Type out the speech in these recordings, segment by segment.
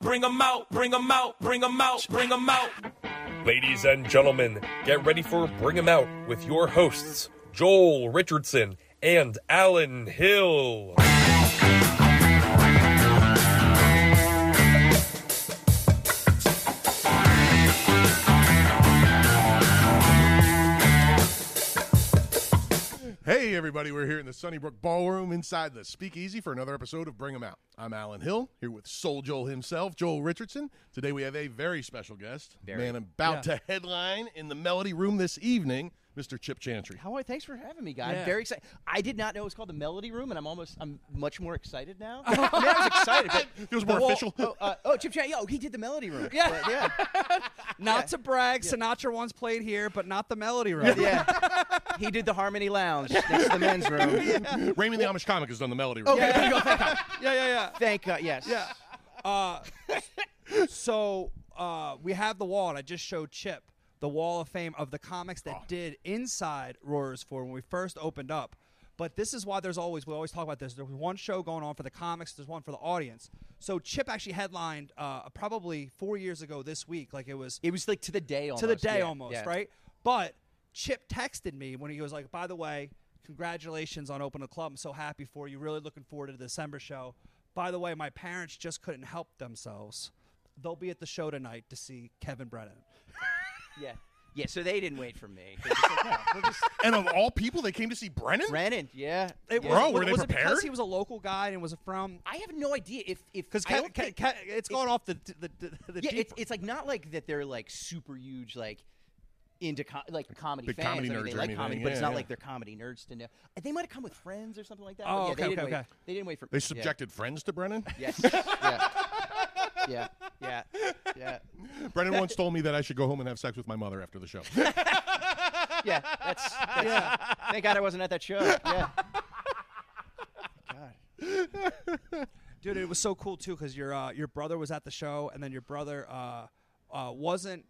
bring 'em out, bring 'em out, bring 'em out, bring 'em out. Ladies and gentlemen, get ready for Bring 'em Out with your hosts, Joel Richardson and Alan Hill. Hey, everybody, we're here in the Sunnybrook Ballroom inside the Speakeasy for another episode of Bring 'em Out. I'm Alan Hill, here with Soul Joel himself, Joel Richardson. Today we have a very special guest, man about to headline in the Melody Room this evening, Mr. Chip Chantry. How are, thanks for having me, guy. I'm very excited. I did not know it was called the Melody Room, and I'm almost, I'm much more excited now. I, mean, I was excited. But It was more Well, official. Oh, uh, oh, Chip Chat. Oh, he did the Melody Room. Yeah, Not to brag, Sinatra once played here, but not the Melody Room. yeah. He did the Harmony Lounge next to the men's room. Raymond the Amish Comic has done the Melody Room. yeah, yeah, yeah, yeah, Thank God. Yes. yeah. yeah. Uh, so uh, we have the wall, and I just showed Chip the Wall of Fame of the comics that did inside Roars for when we first opened up. But this is why there's always we always talk about this. There's one show going on for the comics. There's one for the audience. So Chip actually headlined uh, probably four years ago this week. Like it was It was like to the day almost. to the day Yeah, almost, yeah. right? But Chip texted me when he was like, "By the way, congratulations on opening the club. I'm so happy for you. Really looking forward to the December show. By the way, my parents just couldn't help themselves. They'll be at the show tonight to see Kevin Brennan. Yeah. Yeah. So they didn't wait for me. They're just like, no, we're just- And of all people, they came to see Brennan? Brennan. Yeah. It yeah. was, Bro, were was they it prepared? because he was a local guy and was from? I have no idea if if Because I Ke- don't Ke- think- Ke- it's gone off the the, the, the yeah, deep- it's, it's like not like that they're like super huge like into com- like comedy Big fans. comedy I mean, nerds they or like anything, comedy, but it's yeah, not yeah. like they're comedy nerds to know. They might have come with friends or something like that. but Oh, yeah, okay, they didn't okay, wait. okay. They didn't wait for. They yeah. subjected friends to Brennan? Yes. yeah. Yeah. Yeah. Yeah. Brennan once told me that I should go home and have sex with my mother after the show. Yeah. That's, that's Thank God I wasn't at that show. Yeah. Dude, it was so cool too because your uh, your brother was at the show, and then your brother uh, uh, wasn't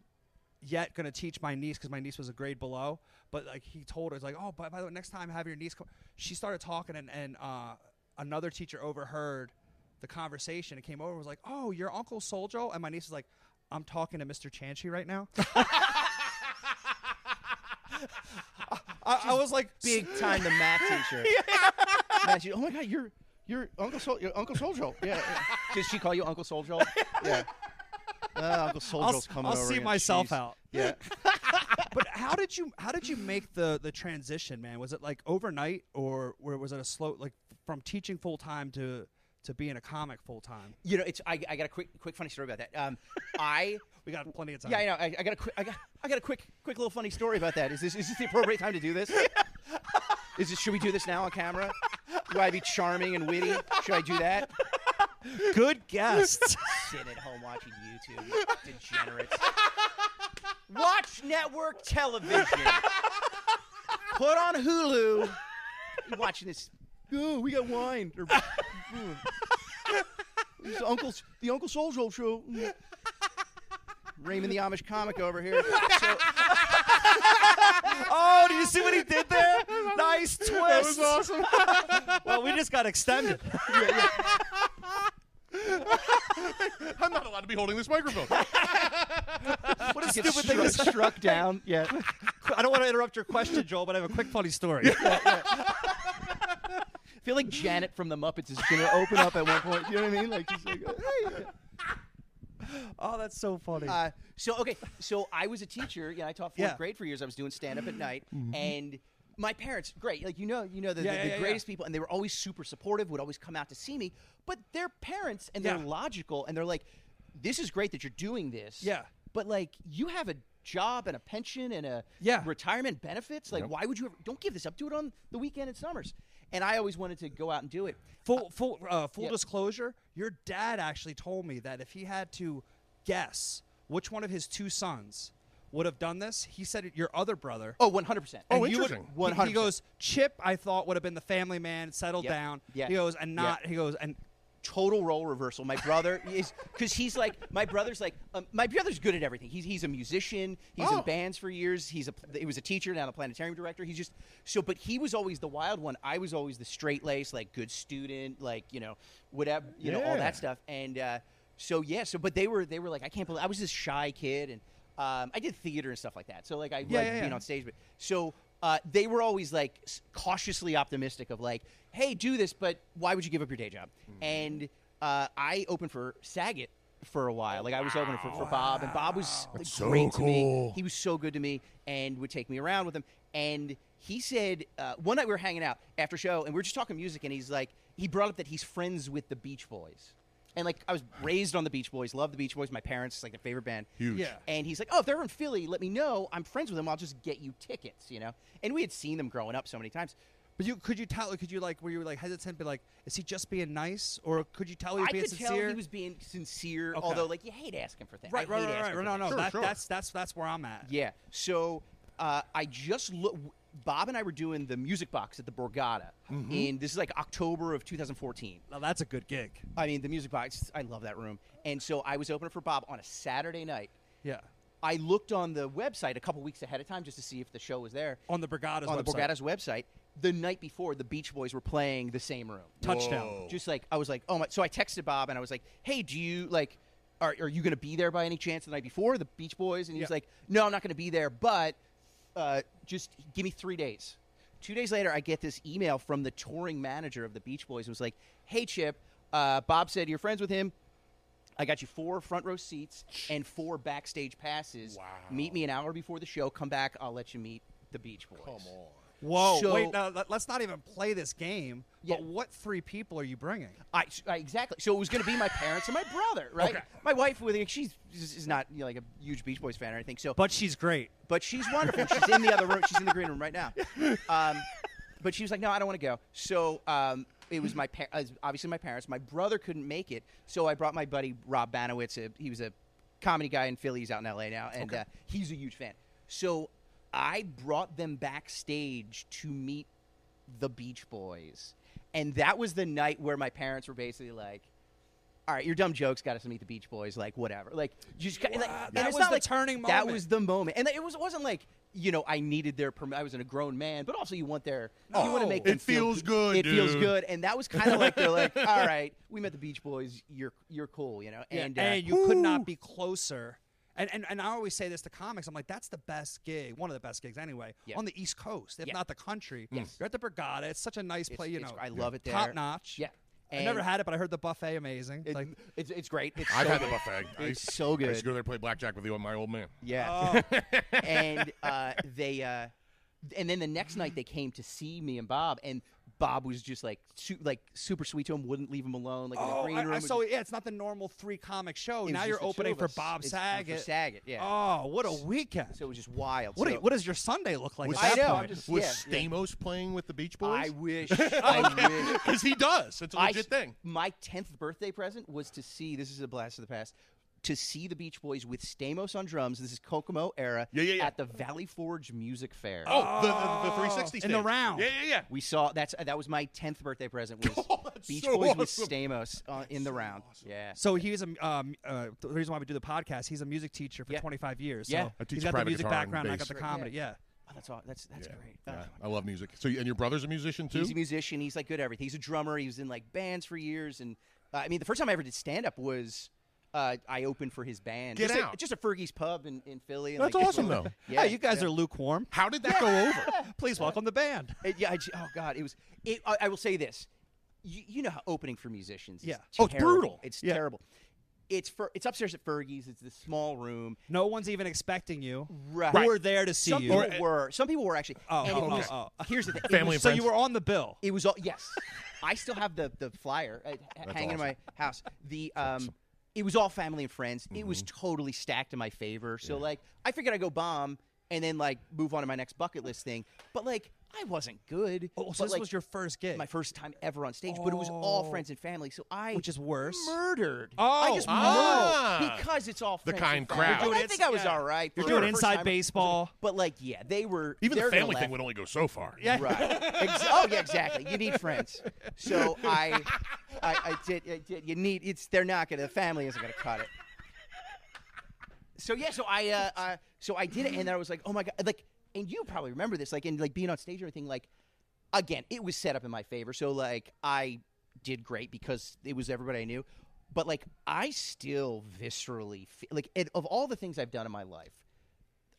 yet going to teach my niece because my niece was a grade below. But like he told her, it's like, oh, by, by the way, next time have your niece come. She started talking, and and uh, another teacher overheard the conversation and came over and was like, oh, your uncle Soljo, and my niece is like, I'm talking to Mr. Chanchi right now. I, I was like, Big time the math teacher. Math teacher, Oh my God, you're you're Uncle Sol- you're Uncle Soldier. Yeah. yeah. Did she call you Uncle Soldier? Yeah. Uh, Uncle I'll, Soldier's s- coming I'll over see again. myself Jeez. out. Yeah. but how did you how did you make the the transition man was it like overnight or where was it a slow like from teaching full time to to being a comic full time You know, it's I, I got a quick quick funny story about that. Um, I we got plenty of time yeah, I know. I, I got a quick I got I got a quick quick little funny story about that. Is this is this the appropriate time to do this? Is this should we do this now on camera? Do I be charming and witty? Should I do that? good guests Sit at home watching YouTube, you degenerates. Watch network television. Put on Hulu. You're watching this. Oh, we got wine. Or, It's the Uncle the Uncle Soldier show. Mm. Raymond the Amish comic over here. So, oh do you see what he did there nice twist that was awesome. well we just got extended I'm not allowed to be holding this microphone. what a stupid thing to say. struck down. Yeah. Um, i don't want to interrupt your question joel but i have a quick funny story I feel like Janet from the Muppets is gonna open up at one point. You know what I mean? Like just like, uh, hey. oh that's so funny Uh, so okay, so I was a teacher. Yeah, I taught fourth Yeah. Mm-hmm. grade for years. I was doing stand up at night, and my parents, great, like you know, you know, the, Yeah, the, yeah, the yeah. greatest people, and they were always super supportive. Would always come out to see me, but their parents and they're Yeah. logical, and they're like, "This is great that you're doing this." Yeah. but like you have a job and a pension and a Yeah. retirement benefits. Like, why would you ever? Don't give this up. Do it on the weekend and summers. And I always wanted to go out and do it. full full uh, full yeah. disclosure your dad actually told me that if he had to guess which one of his two sons would have done this he said your other brother Oh, Oh, 100%. And you would- interesting. he- He, 100%. goes, Chip, I thought would have been the family man, settled Yep. down. Yeah. He goes, and Yeah. not. He goes, and total role reversal. My brother is because he's like my brother's like um, my brother's good at everything. He's he's a musician. He's Oh. in bands for years. He's a pl- he was a teacher now a planetarium director. He's just so. But he was always the wild one. I was always the straight laced, like good student, like you know whatever you know all Yeah. that stuff. And uh, So yeah, so but they were they were like I can't believe I was this shy kid and um, I did theater and stuff like that. So like I Yeah, liked yeah, being yeah. on stage, but so uh, they were always like s- cautiously optimistic of like, hey, do this, but why would you give up your day job? Mm-hmm. And uh, I opened for Saget for a while. Like I was opening for, for Bob, and Bob was like, so great to me. cool. He was so good to me and would take me around with him. And he said uh, one night we were hanging out after show, and we were just talking music, and he's like, he brought up that he's friends with the Beach Boys. And like I was raised on the Beach Boys, love the Beach Boys. My parents like their favorite band. Huge. Yeah. And he's like, "Oh, if they're in Philly, let me know. I'm friends with them. I'll just get you tickets." You know. And we had seen them growing up so many times. But you could you tell? Could you like were you like hesitant? Be like, is he just being nice, or could you tell he was I being could sincere? tell he was being sincere, Okay. although like you hate asking for things. I right, right, hate right, right, asking right. for No, things. no, Sure, that, sure. that's that's that's where I'm at. Yeah. So uh, I just look. Bob and I were doing the music box at the Borgata, Mm-hmm. and this is like October of 2014. Now that's a good gig. I mean, the music box. I love that room. And so I was opening for Bob on a Saturday night. Yeah. I looked on the website a couple weeks ahead of time just to see if the show was there. On the Brigada's on the website. Borgata's website, the night before, the Beach Boys were playing the same room. Touchdown. Whoa. Just like I was like, oh my! So I texted Bob and I was like, hey, do you like, are, are you going to be there by any chance the night before the Beach Boys? And he was Yeah. like, no, I'm not going to be there, but uh, just give me three days. Two days later, I get this email from the touring manager of the Beach Boys. It was like, hey, Chip, uh, Bob said you're friends with him. I got you four front row seats and four backstage passes. Wow. Meet me an hour before the show. Come back. I'll let you meet the Beach Boys. Come on. Whoa! So- wait, now let, us not even play this game. Yeah. But what three people are you bringing? I, I exactly. So it was going to be my parents and my brother, right? My wife, with she's is not you know, like a huge Beach Boys fan or anything. So, but, But she's great. but she's wonderful. she's in the other room. She's in the green room right now. Um, but she was like, "No, I don't want to go." So um, it was my par- uh, obviously my parents. My brother couldn't make it, so I brought my buddy Rob Banowitz. A, he was a comedy guy in Philly. He's out in L.A. now, and uh, he's a huge fan. So I brought them backstage to meet the Beach Boys, and that was the night where my parents were basically like all right, your dumb jokes got us to meet the Beach Boys, like whatever. Like you just got, like, and That it's was not the like- turning That moment. was the moment, and it was wasn't like you know I needed their perm- I was a grown man, but also you want their you want to No. make them Oh, It feel feels g- good, It feels dude. good, and that was kind of like they're like, all right, we met the Beach Boys, you're you're cool, you know, and And, uh, you could not be closer. And, and and I always say this to comics. I'm like, that's the best gig, one of the best gigs anyway, Yeah. on the East Coast, if Yeah. not the country. You're at the Brigada. It's such a nice place. You it's- know, I love it there. Top notch. Yeah. I never And- had it, but I heard the buffet amazing. it- like, it's it's great. It's I've so had the good. buffet. I It's used- so I good. used to go there and play blackjack with you and my old man. Yeah. Oh. and uh, they, uh, and then the next night they came to see me and Bob, and Bob was just like, su- like super sweet to him, wouldn't leave him alone, like in the oh, green I, room. I It was saw. just- Yeah, it's not the normal three comic show. it Now was you're just the two opening of for us. Bob It's- uh, Saget. For Saget, yeah. Oh, what a weekend! so it was just wild. what, do so, you- what does your Sunday look like? Was at I that know. I'm point? just, Was yeah, yeah. Stamos playing with the Beach I Boys? wish. I wish. Because he does. It's a Oh, I legit s- thing. My tenth birthday present was to see. This is a blast of the past. To see the Beach Boys with Stamos on drums. This is Kokomo era. Yeah, yeah, yeah. At the Valley Forge Music Fair. Oh, the, the, the 360 in the stage. round. Yeah, yeah, yeah. We saw that's that was my tenth birthday present was Oh, that's Beach so Boys with awesome. Stamos uh, in the round. Yeah, So he's a um, uh, the reason why we do the podcast. He's a music teacher for Yeah. 25 years. Yeah. so I teach he's got the private music guitar and background. I bass. got the Right, comedy. Yeah. oh, that's all. That's that's great. Oh, Yeah, I love music. So, and your brother's a musician too? He's a musician. He's like good at everything. He's a drummer. He was in like bands for years, and uh, I mean, the first time I ever did stand up was. Uh, I opened for his band. Get just, a- out. just a Fergie's pub in, in Philly. And That's like, just awesome, went- though. Yeah, Hey, you guys are lukewarm. How did that go over? Please welcome the band. It- yeah. I j oh God, it was. It, I, I will say this. You, you know how opening for musicians. Is Yeah. Oh, it's terrible. brutal. It's Yeah. terrible. It's for. It's upstairs at Fergie's. It's this small room. No one's even expecting you. Right. We're there to see Some you. people were. Some people were actually. Oh, and it oh, was- oh, oh. Here's the thing. it Family was- and so friends. you were on the bill. It was all yes. I still have the the flyer uh, h- hanging in my house. The um, it was all family and friends. It was Mm-hmm. totally stacked in my favor. So like, I figured I'd go bomb and then like move on to my next bucket list thing. But like, I wasn't good. Oh, But, so this like, was your first gig, my first time ever on stage, but it was all friends and family. So I which is worse. murdered. I Oh, just ah. murdered because it's all The friends kind and family. crowd. You're But doing I think ins- I was yeah. all right. You're for doing the first inside time. baseball. But like, yeah, they were Even the they're gonna family laugh thing would only go so far. Yeah. Right. Ex- oh yeah, exactly. You need friends. So I, I, I did, I did. You need. It's they're not gonna. The family isn't gonna cut it. So yeah, so I, uh, uh, so I did it, and I was like, oh my god, like, and you probably remember this, like, and like being on stage and everything, like, again, it was set up in my favor. So like, I did great because it was everybody I knew. But like, I still viscerally feel like and of all the things I've done in my life,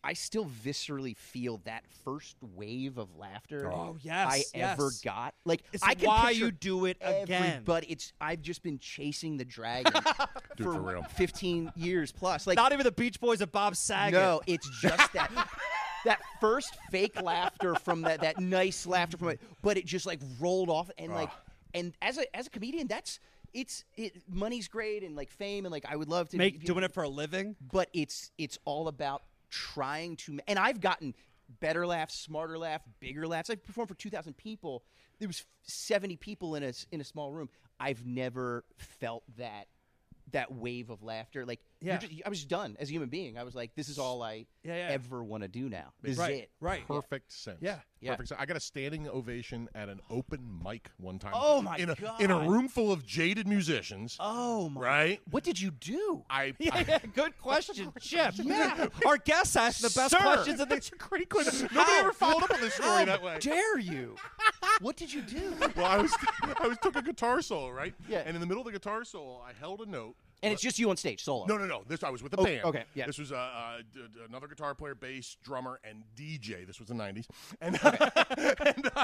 I still viscerally feel that first wave of laughter. Oh, yes, I ever yes. got. Like It's I can why picture you do it again. But it's I've just been chasing the dragon Dude, for real. 15 years plus. Like Not even the Beach Boys of Bob Saget. no, it's just that that first fake laughter from that that nice laughter from it, but it just like rolled off and like Ah. and as a as a comedian, that's it's it money's great and like fame and like I would love to Make doing it for a living. but it's it's all about trying to and I've gotten better laughs, smarter laugh, bigger laughs. I performed for 2000 people. There was 70 people in a in a small room. I've never felt that that wave of laughter like you're Yeah. ju- I was done as a human being. I was like this is all I Yeah, yeah. ever want to do now. This right. is it. Right. Perfect sense. Yeah. Yeah. Perfect sense. I got a standing ovation at an open mic one time. Oh, my in a, God. In a room full of jaded musicians. Oh my. Right? What did you do? I, Yeah, I yeah, good question, Chip. Yeah. Our guests ask the best questions of the That's a great question. Nobody ever followed up on this story Oh, that way. Dare you? what did you do? Well, I was I was took a guitar solo, right? Yeah. And in the middle of the guitar solo, I held a note. And it's just you on stage solo. No, no, no. This I was with the Oh, band. okay, yeah. This was uh, uh, d- d- another guitar player, bass, drummer, and DJ. This was the '90s. And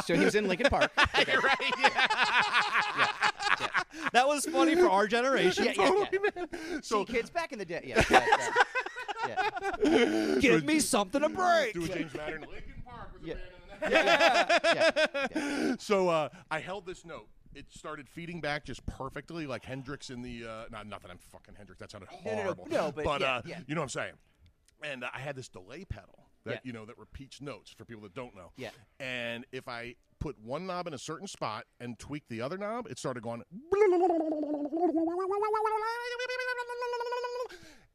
So he was in Lincoln Park. Okay. That was funny for our generation. Yeah, yeah, yeah. so See, kids back in the day. Yeah. yeah, yeah. Give me something to break. do a James Matter in Lincoln Park with the Yeah. band. And the So uh, I held this note. It started feeding back just perfectly, like Hendrix in the. Uh, not nothing. I'm fucking Hendrix. That sounded no, no, horrible. no, but yeah, uh, yeah. you know what I'm saying. And uh, I had this delay pedal that Yeah. you know that repeats notes for people that don't know. Yeah. And if I put one knob in a certain spot and tweak the other knob, it started going.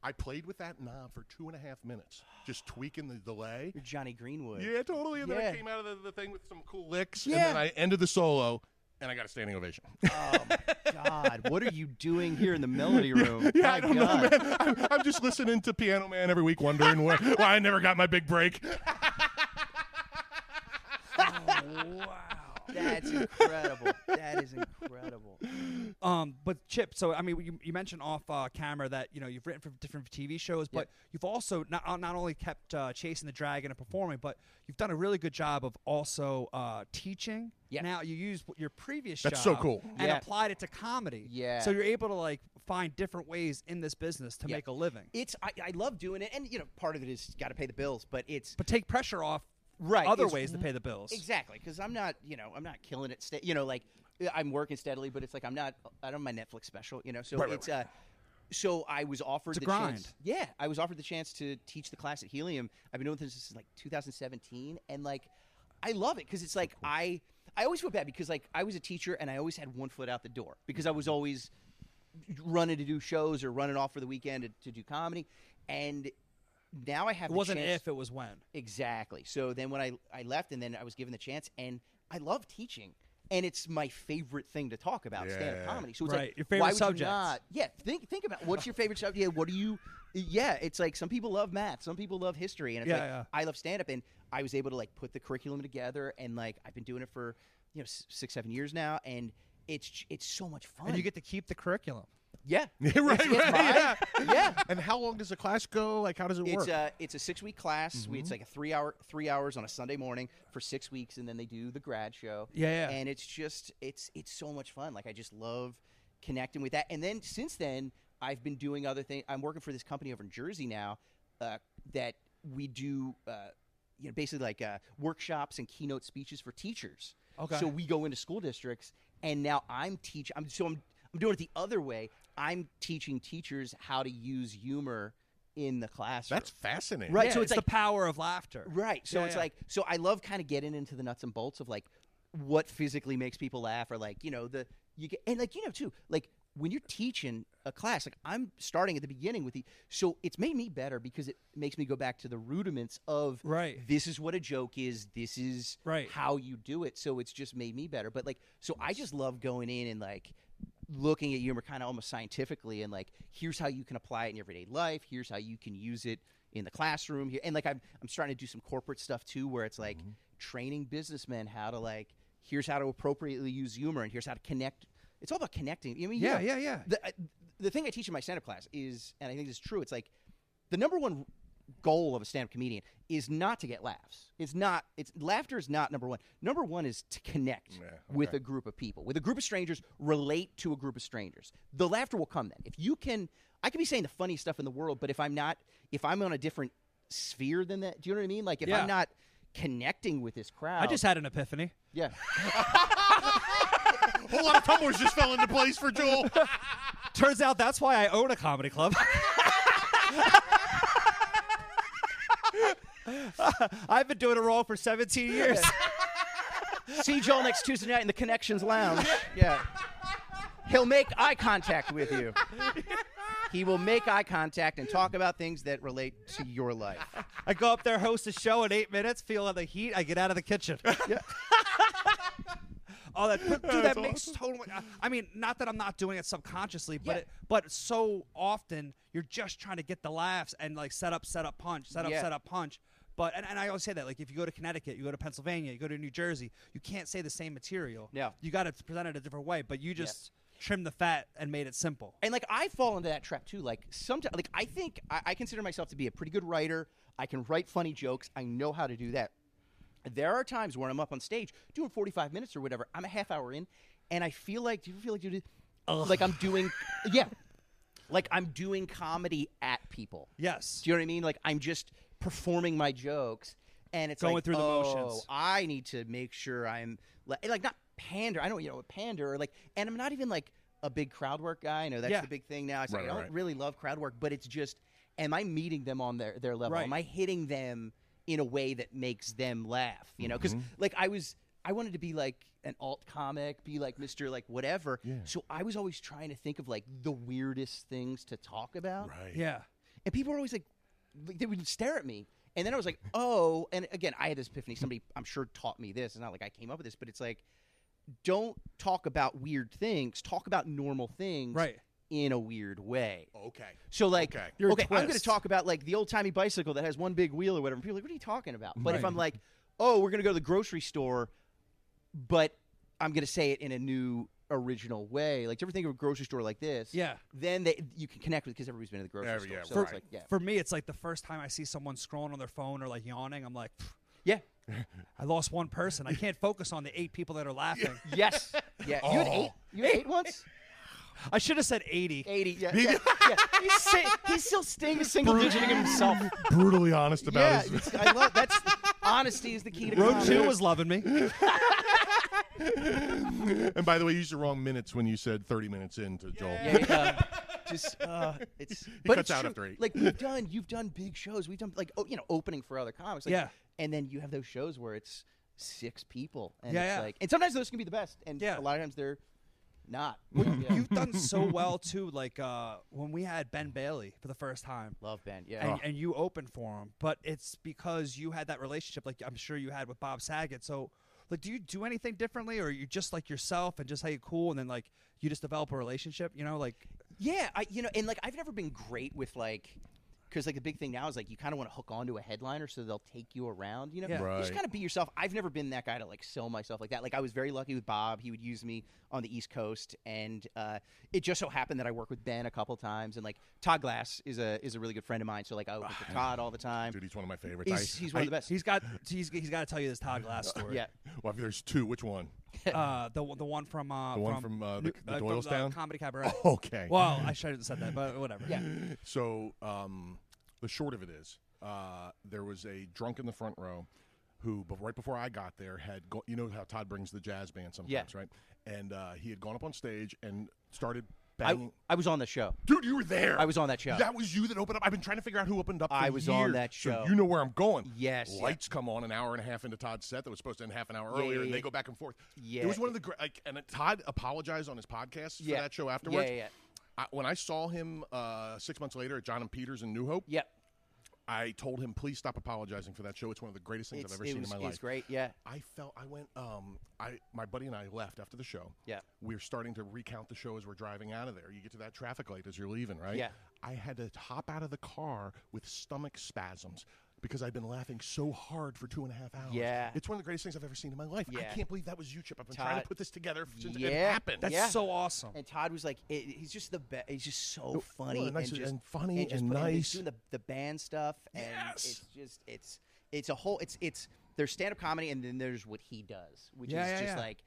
I played with that knob for two and a half minutes, just tweaking the delay. You're Johnny Greenwood. Yeah, totally. And then Yeah. I came out of the, the thing with some cool licks, Yeah. and then I ended the solo, and I got a standing ovation. God, what are you doing here in the Melody Room? yeah, I don't know, man. I'm, I'm just listening to Piano Man every week, wondering why, why I never got my big break. That's incredible. That is incredible. Um, but Chip, so I mean, you, you mentioned off uh, camera that you know you've written for different TV shows, but you've also not uh, not only kept uh, chasing the dragon and performing, but you've done a really good job of also uh, teaching. Yeah. Now you use your previous That's so job cool. and Yeah. applied it to comedy. Yeah. So you're able to like find different ways in this business to make a living, It's I, I love doing it, and you know, part of it is got to pay the bills, but it's but take pressure off Right, other it's ways to pay the bills. exactly because I'm not, you know, I'm not killing it. Sta- you know, like I'm working steadily, but it's like I'm not. I don't have my Netflix special, you know. So Right, right, it's uh, so I was offered It's a the grind. chance. Yeah, I was offered the chance to teach the class at Helium. I've been doing this since like 2017, and like, I love it because it's like I I always feel bad because like I was a teacher and I always had one foot out the door because I Mm-hmm. was always running to do shows or running off for the weekend to, to do comedy, and now I have It the wasn't chance- if it was when. Exactly. So then when I, I left and then I was given the chance and I love teaching and it's my favorite thing to talk about stand-up Yeah. comedy. So it's Right, like your why favorite would subject. You not? Yeah, think think about what's your favorite subject. Yeah, what do you? Yeah, it's like some people love math, some people love history, and it's Yeah, like yeah. I love stand-up and I was able to like put the curriculum together and like I've been doing it for you know s- six seven years now and it's it's so much fun. And you get to keep the curriculum. yeah right, right, mine. yeah And how long does the class go? Like, how does it it's uh, work? a it's a six week class. We, it's like a three hour three hours on a Sunday morning for six weeks, and then they do the grad show. Yeah, yeah. And it's just it's it's so much fun. Like I just love connecting with that. And then since then, I've been doing other things. I'm working for this company over in Jersey now uh, that we do. Uh, you know, basically like uh, workshops and keynote speeches for teachers. Okay. So we go into school districts, and now I'm teach. I'm so I'm I'm doing it the other way. I'm teaching teachers how to use humor in the classroom. That's fascinating. Right, Yeah, so it's, it's like- the power of laughter. Right. So Yeah, it's yeah. like so I love kind of getting into the nuts and bolts of like what physically makes people laugh or like, you know, the you get and like you know too, like when you're teaching a class, like I'm starting at the beginning with the so it's made me better because it makes me go back to the rudiments of Right. this is what a joke is, this is Right. how you do it. So it's just made me better. But like so I just love going in and like looking at humor kind of almost scientifically and like here's how you can apply it in your everyday life here's how you can use it in the classroom here and like i'm, I'm starting to do some corporate stuff too where it's Mm-hmm. like training businessmen how to like here's how to appropriately use humor and here's how to connect it's all about connecting i mean you Yeah, know, yeah, yeah. the, I- the thing I teach in my stand-up class is, and I think this is true, it's like the number one goal of a stand-up comedian is not to get laughs. It's not. It's laughter is not number one. Number one is to connect with a group of people, with a group of strangers, relate to a group of strangers. The laughter will come then. If you can, I can be saying the funny stuff in the world, but if I'm not, if I'm on a different sphere than that, do you know what I mean? Like if Yeah. I'm not connecting with this crowd, I just had an epiphany. yeah. A whole lot of tumblers just fell into place for Joel. Turns out that's why I own a comedy club. I've been doing it wrong for 17 years. See Joel next Tuesday night in the Connections Lounge. Yeah. He'll make eye contact with you. He will make eye contact and talk about things that relate to your life. I go up there, host a show in eight minutes, feel the heat, I get out of the kitchen. All that, but, dude, that makes totally. I mean, not that I'm not doing it subconsciously, but Yeah. it, but so often you're just trying to get the laughs and like set up, set up, punch, set up, Yeah. set up, punch. But and, and I always say that like if you go to Connecticut, you go to Pennsylvania, you go to New Jersey, you can't say the same material. Yeah. you got to present it a different way. But you just trimmed the fat and made it simple. And like I fall into that trap too. Like sometimes, like I think I, I consider myself to be a pretty good writer. I can write funny jokes. I know how to do that. There are times where I'm up on stage doing 45 minutes or whatever. I'm a half hour in, and I feel like, do you feel like you did? Like I'm doing, yeah, like I'm doing comedy at people. Yes. Do you know what I mean? Like I'm just performing my jokes, and it's Going like, through the oh, motions. I need to make sure I'm like, like not pander. I don't, you know, pander or like, and I'm not even like a big crowd work guy. I know that's Yeah. the big thing now. It's like, Right, I don't right. really love crowd work, but it's just, am I meeting them on their their level? Right. Am I hitting them in a way that makes them laugh? You know, because Mm-hmm. like I was. I wanted to be like an alt comic, be like Mr. like whatever. So I was always trying to think of like the weirdest things to talk about. yeah. And people were always like, like, they would stare at me. And then I was like, oh. And again, I had this epiphany. Somebody, I'm sure, taught me this. It's not like I came up with this, but it's like, don't talk about weird things. Talk about normal things Right. in a weird way. Okay. So, like, Okay. okay, You're a I'm going to twist. talk about like the old timey bicycle that has one big wheel or whatever. And people are like, what are you talking about? But if I'm like, oh, we're going to go to the grocery store, but I'm going to say it in a new original way. Like, do you ever think of a grocery store like this? Yeah. Then they, you can connect with because everybody's been to the grocery Yeah, store. yeah, so right. it's like, yeah. For me, it's like the first time I see someone scrolling on their phone or like yawning, I'm like, "Pff, Yeah. I lost one person. I can't focus on the eight people that are laughing. Yes. Yeah. You had eight. You had eight once. I should have said 80. Eighty. Yeah. yeah, yeah. He's, si- he's still staying single digiting himself. Brutally honest about yeah. his. it's- I love that's honesty is the key to Road comedy. 2 was loving me. And by the way, you used the wrong minutes when you said 30 minutes in to Joel. Yeah, yeah. Um, Just uh, it's but cuts it's out true. after eight. Like we've done, you've done big shows. We've done like oh, you know, opening for other comics. Like, Yeah. And then you have those shows where it's six people, and Yeah, it's yeah. like, and sometimes those can be the best, and Yeah. a lot of times they're not. Yeah. You've done so well, too. Like uh, when we had Ben Bailey for the first time. love Ben. Yeah. Oh. And, and you opened for him, but it's because you had that relationship, like I'm sure you had with Bob Saget. So, like, do you do anything differently, or are you just like yourself and just how you cool, and then like you just develop a relationship? You know, like Yeah, I you know, and like I've never been great with like because like the big thing now is like you kind of want to hook onto a headliner so they'll take you around. You know, Yeah. you just Right. kind of be yourself. I've never been that guy to like sell myself like that. Like I was very lucky with Bob; he would use me on the East Coast, and uh, it just so happened that I worked with Ben a couple times, and like Todd Glass is a is a really good friend of mine, so like I open for Todd all the time. Dude, he's one of my favorites. He's, I- he's one of the best. he's got he's, he's got to tell you this Todd Glass story. yeah, well, if there's two. Which one? uh, the one- the one from uh, The one from, uh, the- New- the from, Doylestown? Oh, comedy cabaret. Okay. Well, I shouldn't have said that, but whatever. yeah. So um, the short of it is, uh, there was a drunk in the front row who, but right before I got there, had go- you know how Todd brings the jazz band sometimes, Yeah. right? And uh, he had gone up on stage and started I, banging. I was on the show. Dude, you were there. I was on that show. That was you that opened up. I've been trying to figure out who opened up. For I was on years, that so show. you know where I'm going. Yes, yeah. Lights come on an hour and a half into Todd's set that was supposed to end half an hour Yeah, earlier, yeah, and yeah. they go back and forth. Yeah. It was one of the great. Like, and Todd apologized on his podcast Yeah. for that show afterwards. Yeah, yeah, yeah. I, when I saw him uh, six months later at John and Peters in New Hope, Yep. I told him, please stop apologizing for that show. It's one of the greatest things It's, I've ever it seen was, in my It's life. great. Yeah. I felt I went. Um, I my buddy and I left after the show. Yeah. we are starting to recount the show as we're driving out of there. You get to that traffic light as you're leaving, right? Yeah. I had to hop out of the car with stomach spasms. be- because I've been laughing so hard for two and a half hours. Yeah. It's one of the greatest things I've ever seen in my life. Yeah. I can't believe that was you, Chip. I've been trying Todd- to put this together since it Yeah. happened. That's Yeah. so awesome. And Todd was like, it, he's just the best. He's just so Well, funny nice and- and, just, and funny just and fu- he's nice. doing the, the band stuff, and it's just it's it's a whole it's it's there's stand up comedy, and then there's what he does, which Yeah, is yeah, just yeah. like,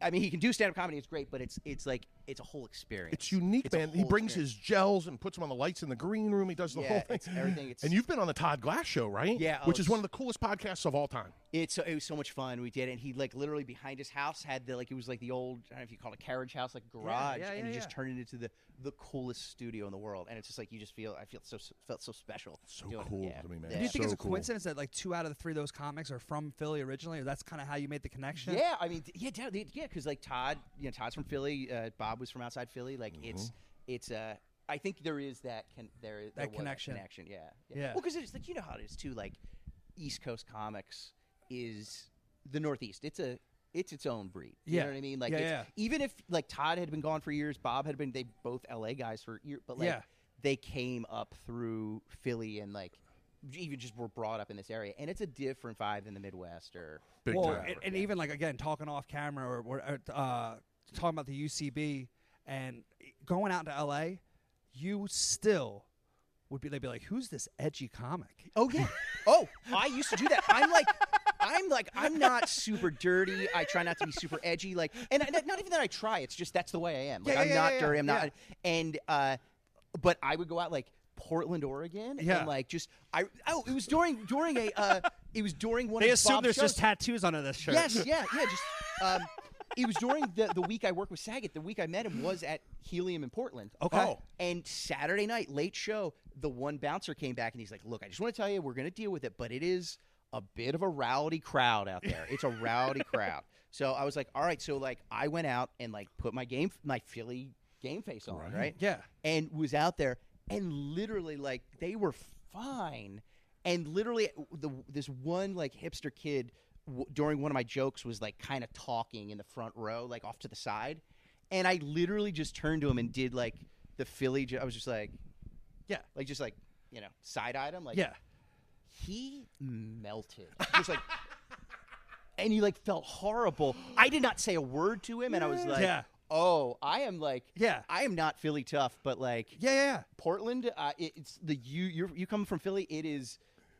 I mean, he can do stand up comedy, it's great, but it's it's like it's a whole experience. It's unique, a man. He whole brings experience. his gels and puts them on the lights in the green room. He does the Yeah, whole thing. it's everything. It's- and you've been on the Todd Glass show, right? Yeah, oh, Which is it's- one of the coolest podcasts of all time. It's so- it was so much fun. We did it. And he like literally behind his house had the like it was like the old I don't know if you call it a carriage house like garage, yeah, and yeah, he just yeah. turned it into the the coolest studio in the world. And it's just like you just feel I feel so felt so special. So doing it. cool Yeah. to me, man. Yeah. Do you think So it's a cool. coincidence that like two out of the three of those comics are from Philly originally, or that's kind of how you made the connection? Yeah, I mean, yeah, down- they- yeah, because like Todd, you know, Todd's from Philly. Uh, Bob was from outside Philly. Like Mm-hmm. it's it's uh, I think there is that can there is there That was connection. connection. Yeah, Yeah. Well, because it's like you know how it is too. Like East Coast comics is the Northeast. It's a it's its own breed. You Yeah. know what I mean? Like Yeah, it's, yeah. even if like Todd had been gone for years, Bob had been they both LA guys for years, but like Yeah. they came up through Philly and like even just were brought up in this area, and it's a different vibe than the Midwest or Big well, time. and, and even like again talking off camera or, or uh, talking about the UCB and going out to LA, you still would be they'd be like, who's this edgy comic? Oh yeah. Oh, I used to do that. I'm like, I'm like, I'm not super dirty. I try not to be super edgy. Like, and I, not even that I try. It's just that's the way I am. Like, Yeah, I'm yeah, yeah, not yeah, dirty. I'm not. yeah. And uh, but I would go out like Portland, Oregon, Yeah. and like just I. Oh, it was during during a. Uh, it was during one. They of assume Bob's there's shows. just tattoos under this shirt. Yes, yeah, yeah. Just um, it was during the, the week I worked with Saget. The week I met him was at Helium in Portland. Uh, Okay. Oh. And Saturday night, late show, the one bouncer came back and he's like, "Look, I just want to tell you, we're going to deal with it, but it is a bit of a rowdy crowd out there. It's a rowdy crowd." So I was like, "All right." So like, I went out and like put my game, my Philly game face on, right? Yeah. and was out there and literally like they were fine and literally the this one like hipster kid w- during one of my jokes was like kind of talking in the front row like off to the side and i literally just turned to him and did like the philly jo- i was just like Yeah. like just like you know side eyed him like Yeah. he melted just like and he like felt horrible i did not say a word to him and i was like Yeah. oh i am like Yeah. i am not philly tough but like Yeah, yeah, yeah. Portland, uh, it, it's the you you're, you come from Philly. It is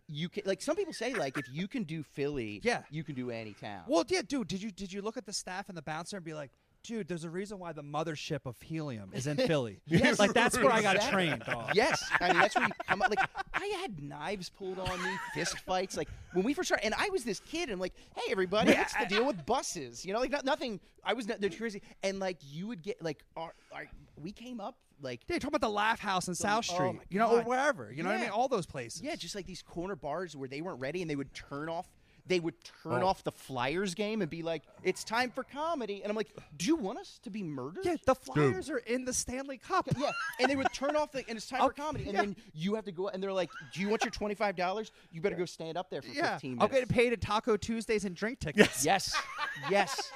you can like some people say like if you can do Philly, Yeah. you can do any town. Well, yeah, dude, did you did you look at the staff and the bouncer and be like, dude, there's a reason why the mothership of helium is in Philly. Yes. like that's where I got Exactly. trained. Dog. yes, I mean that's where you come up. Like I had knives pulled on me, fist fights. Like when we first started, and I was this kid, and like, hey, everybody, what's the deal with buses? You know, like not, nothing. I was not, they're crazy, and like you would get like our, our we came up like Yeah, you talk about the Laugh House in South oh Street, my you know, or God. wherever, you know what I Yeah. mean? All those places. Yeah, just like these corner bars where they weren't ready and they would turn off they would turn Oh. off the Flyers game and be like, "It's time for comedy." And I'm like, "Do you want us to be murdered?" yeah, the Flyers are in the Stanley Cup. Yeah, and they would turn off the and it's time for comedy, and then you have to go. And they're like, "Do you want your twenty five dollars? You better go stand up there for Yeah, fifteen I'll minutes." get paid at Taco Tuesdays and drink tickets. Yes, yes.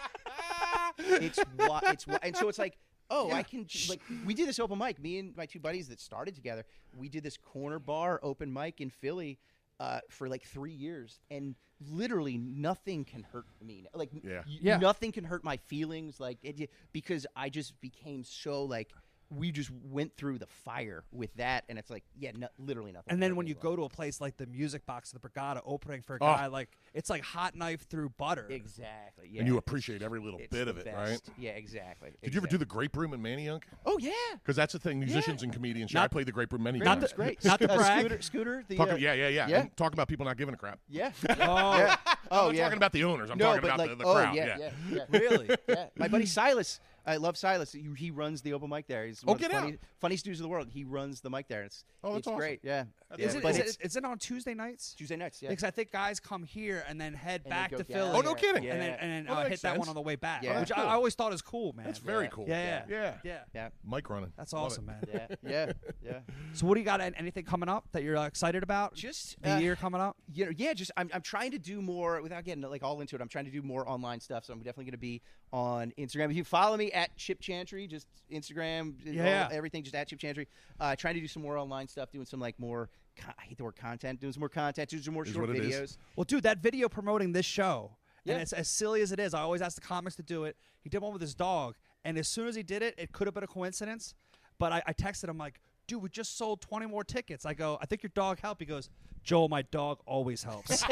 it's wa- it's wa- and so it's like, oh, I can like we did this open mic. Me and my two buddies that started together, we did this corner bar open mic in Philly uh, for like three years, and literally nothing can hurt me. Like, Yeah. y- Yeah. nothing can hurt my feelings. Like, it, because I just became so like. We just went through the fire with that, and it's like, yeah, no, literally nothing. And can then hurt when me you anymore. go to a place like the Music Box, the Brigada, opening for a Oh. guy like it's like hot knife through butter. exactly, yeah, And you appreciate every little It's bit the of it, right? best. Yeah, exactly. Did you ever do the grape room in Manayunk? Oh yeah, Because that's the thing, musicians and comedians. Not, I Not- played the grape room many Not times. the- great. Not the brag. Scooter, Scooter, the Talk, uh, yeah, yeah, yeah. yeah. And talk about people not giving a crap. yeah. Oh, I'm Oh, not yeah. talking about the owners. I'm no, talking but about like, the, the oh, crowd. yeah, yeah, yeah. really? Yeah. My buddy Silas, I love Silas. He, he runs the open mic there. He's Oh, one of the get out. funny, funniest dudes in the world. He runs the mic there. It's Oh, that's it's awesome. great. Yeah, yeah. Is, it, but is, it's it, is it on Tuesday nights? Tuesday nights. Yeah, Because I think guys come here and then head And they back go to down Philly. Oh, no there. kidding. Yeah. And then, and then uh, Oh, that hit makes that sense. one on the way back, Yeah. which Cool. I, I always thought is cool, man. That's very Yeah. cool. yeah, yeah, Yeah. yeah, yeah, Mic running. That's Love it. awesome, man. yeah, yeah, yeah. So, what do you got? an- Anything coming up that you're uh, excited about? Just, the uh, year coming up. you know, yeah, just I'm, I'm trying to do more without getting like all into it. I'm trying to do more online stuff, so I'm definitely going to be on Instagram. If you follow me at Chip Chantry, just Instagram, all- Yeah. everything, just at Chip Chantry. Uh, trying to do some more online stuff, doing some like more. Con- I hate the word content. Doing some more content, doing some more short what it is. videos. Well, dude, that video promoting this show, Yeah. and it's as silly as it is. I always ask the comics to do it. He did one with his dog, and as soon as he did it, it could have been a coincidence. But I, I texted him like, "Dude, we just sold 20 more tickets." I go, "I think your dog helped." He goes, "Joel, my dog always helps."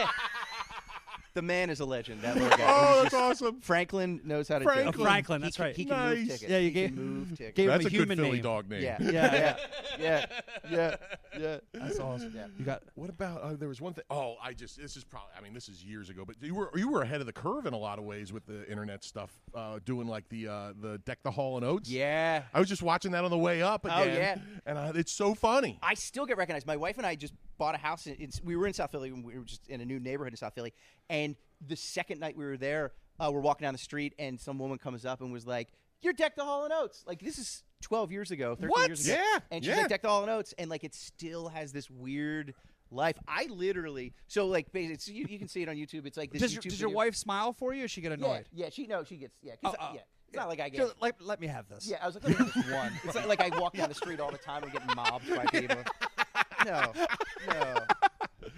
The man is a legend. That little guy. He's Oh, that's just- awesome. Franklin knows how to do Franklin. it. Oh, Franklin, He that's can- right. He can move Nice. tickets. Yeah, you He can gave- move tickets. Gave That's a him a, good human Philly name. dog name. Yeah. Yeah, Yeah. Yeah. Yeah. that's awesome. You got What about uh, there was one thing? Oh, I just this is probably I mean this is years ago, but you were you were ahead of the curve in a lot of ways with the internet stuff, uh, doing like the uh, the deck the hall and oats. Yeah. I was just watching that on the way up again. Oh, yeah. and I, it's so funny. I still get recognized. My wife and I just bought a house. In, in, we were in South Philly. and We were just in a new neighborhood in South Philly. And the second night we were there, uh, we're walking down the street, and some woman comes up and was like, "You're Deck the Hall and Oates." Like this is 12 years ago, 13 What? years ago. Yeah, And she's yeah. like Deck the Hall and Oates, and like it still has this weird life. I literally so like basically it's, you, you can see it on YouTube. It's like this. does YouTube your, does your video- wife smile for you? or She get Yeah, annoyed. yeah. She no, she gets yeah. 'cause Oh, I- oh. yeah. It's not like I get. Joel, let, let me have this. Yeah, I was like, "Look at this one. It's like, like I walk down the street all the time and get mobbed by people. No, no.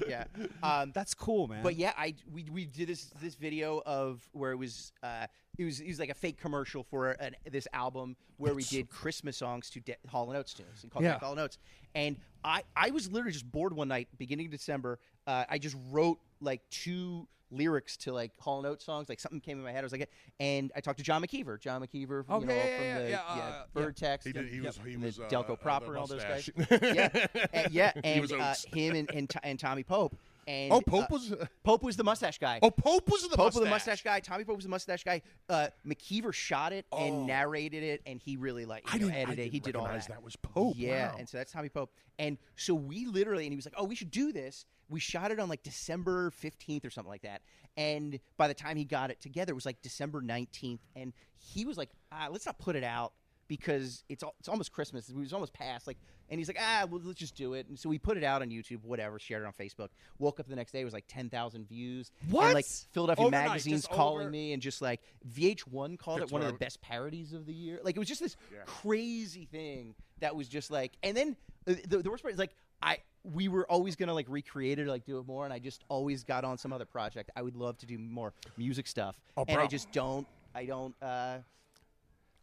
Yeah. Um, that's cool, man. but yeah, I we, we did this this video of where it was uh it was it was like a fake commercial for an, this album where we did Christmas songs to De- Hall and Oates tunes and called Yeah. Deck Hall and Oates. And I I was literally just bored one night, beginning of December. Uh, I just wrote like two lyrics to like Hall and Oates songs. Like something came in my head. I was like, and I talked to John McKeever. John McKeever, from, Oh, you know, yeah, yeah, from yeah, the yeah, uh, yeah. Bird Text. He did. He and- was. He and the was. Uh, Delco uh, Proper the and all those mustache. guys. yeah, and, yeah, and was uh, Oates. him and and, T- and Tommy Pope. And Oh, Pope uh, was- Pope was the mustache guy. oh, Pope was the Pope mustache. was the mustache guy. Tommy Pope was the mustache guy. Uh, McKeever shot it and narrated it, and he really like you know, didn't- Oh. I edited it. He didn't did all recognize that. that was Pope. Yeah, Wow. and so that's Tommy Pope. And so we literally, and he was like, "Oh, we should do this." We shot it on like December fifteenth or something like that. And by the time he got it together, it was like December nineteenth, and he was like, ah, "Let's not put it out." Because it's al- it's almost Christmas, it was almost past. Like, and he's like, ah, well, let's just do it. And so we put it out on YouTube, whatever. Shared it on Facebook. Woke up the next day, it was like ten thousand views. What? And like Philadelphia Overnight, magazines just calling over- me me and just like VH1 called That's it what one of I the would- best parodies of the year. Like it was just this crazy thing that was just like, and then uh, the, the worst part is like I we were always gonna like recreate it, or, like do it more, and I just always got on some other project. I would love to do more music stuff, and I Oh, bro. just don't. I don't. uh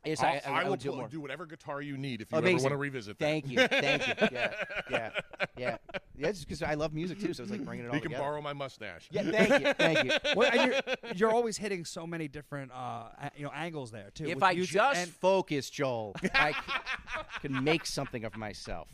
I guess I'll- I, I, I, I, will would do pl- more. do whatever guitar you need if you ever Amazing. want to revisit that. Thank you, thank you. Yeah, yeah, yeah. Yeah, it's because I love music too, so it's like bringing it all You can together. borrow my mustache. yeah, thank you, thank you. Well, and you're, you're always hitting so many different, uh, a- you know, angles there too. If with I music just and- focus, Joel, I c- can make something of myself.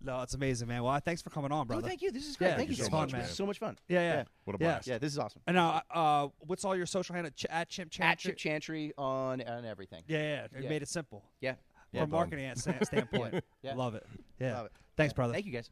no, it's amazing, man. Well, I- thanks for coming on, Oh, brother. thank you. This is great. Yeah, thank you it's so fun, much. man. This is so much fun. Yeah, yeah. What a yeah. blast. Yeah, this is awesome. And uh, uh, what's all your social handle? Ch- at Chimp At Chantry. Chip Chantry on on everything. yeah, yeah, yeah. You Yeah. made it simple Yeah. from a marketing stand- standpoint. Yeah. Love it. Yeah. Love it. Thanks, Yeah. brother. Thank you guys.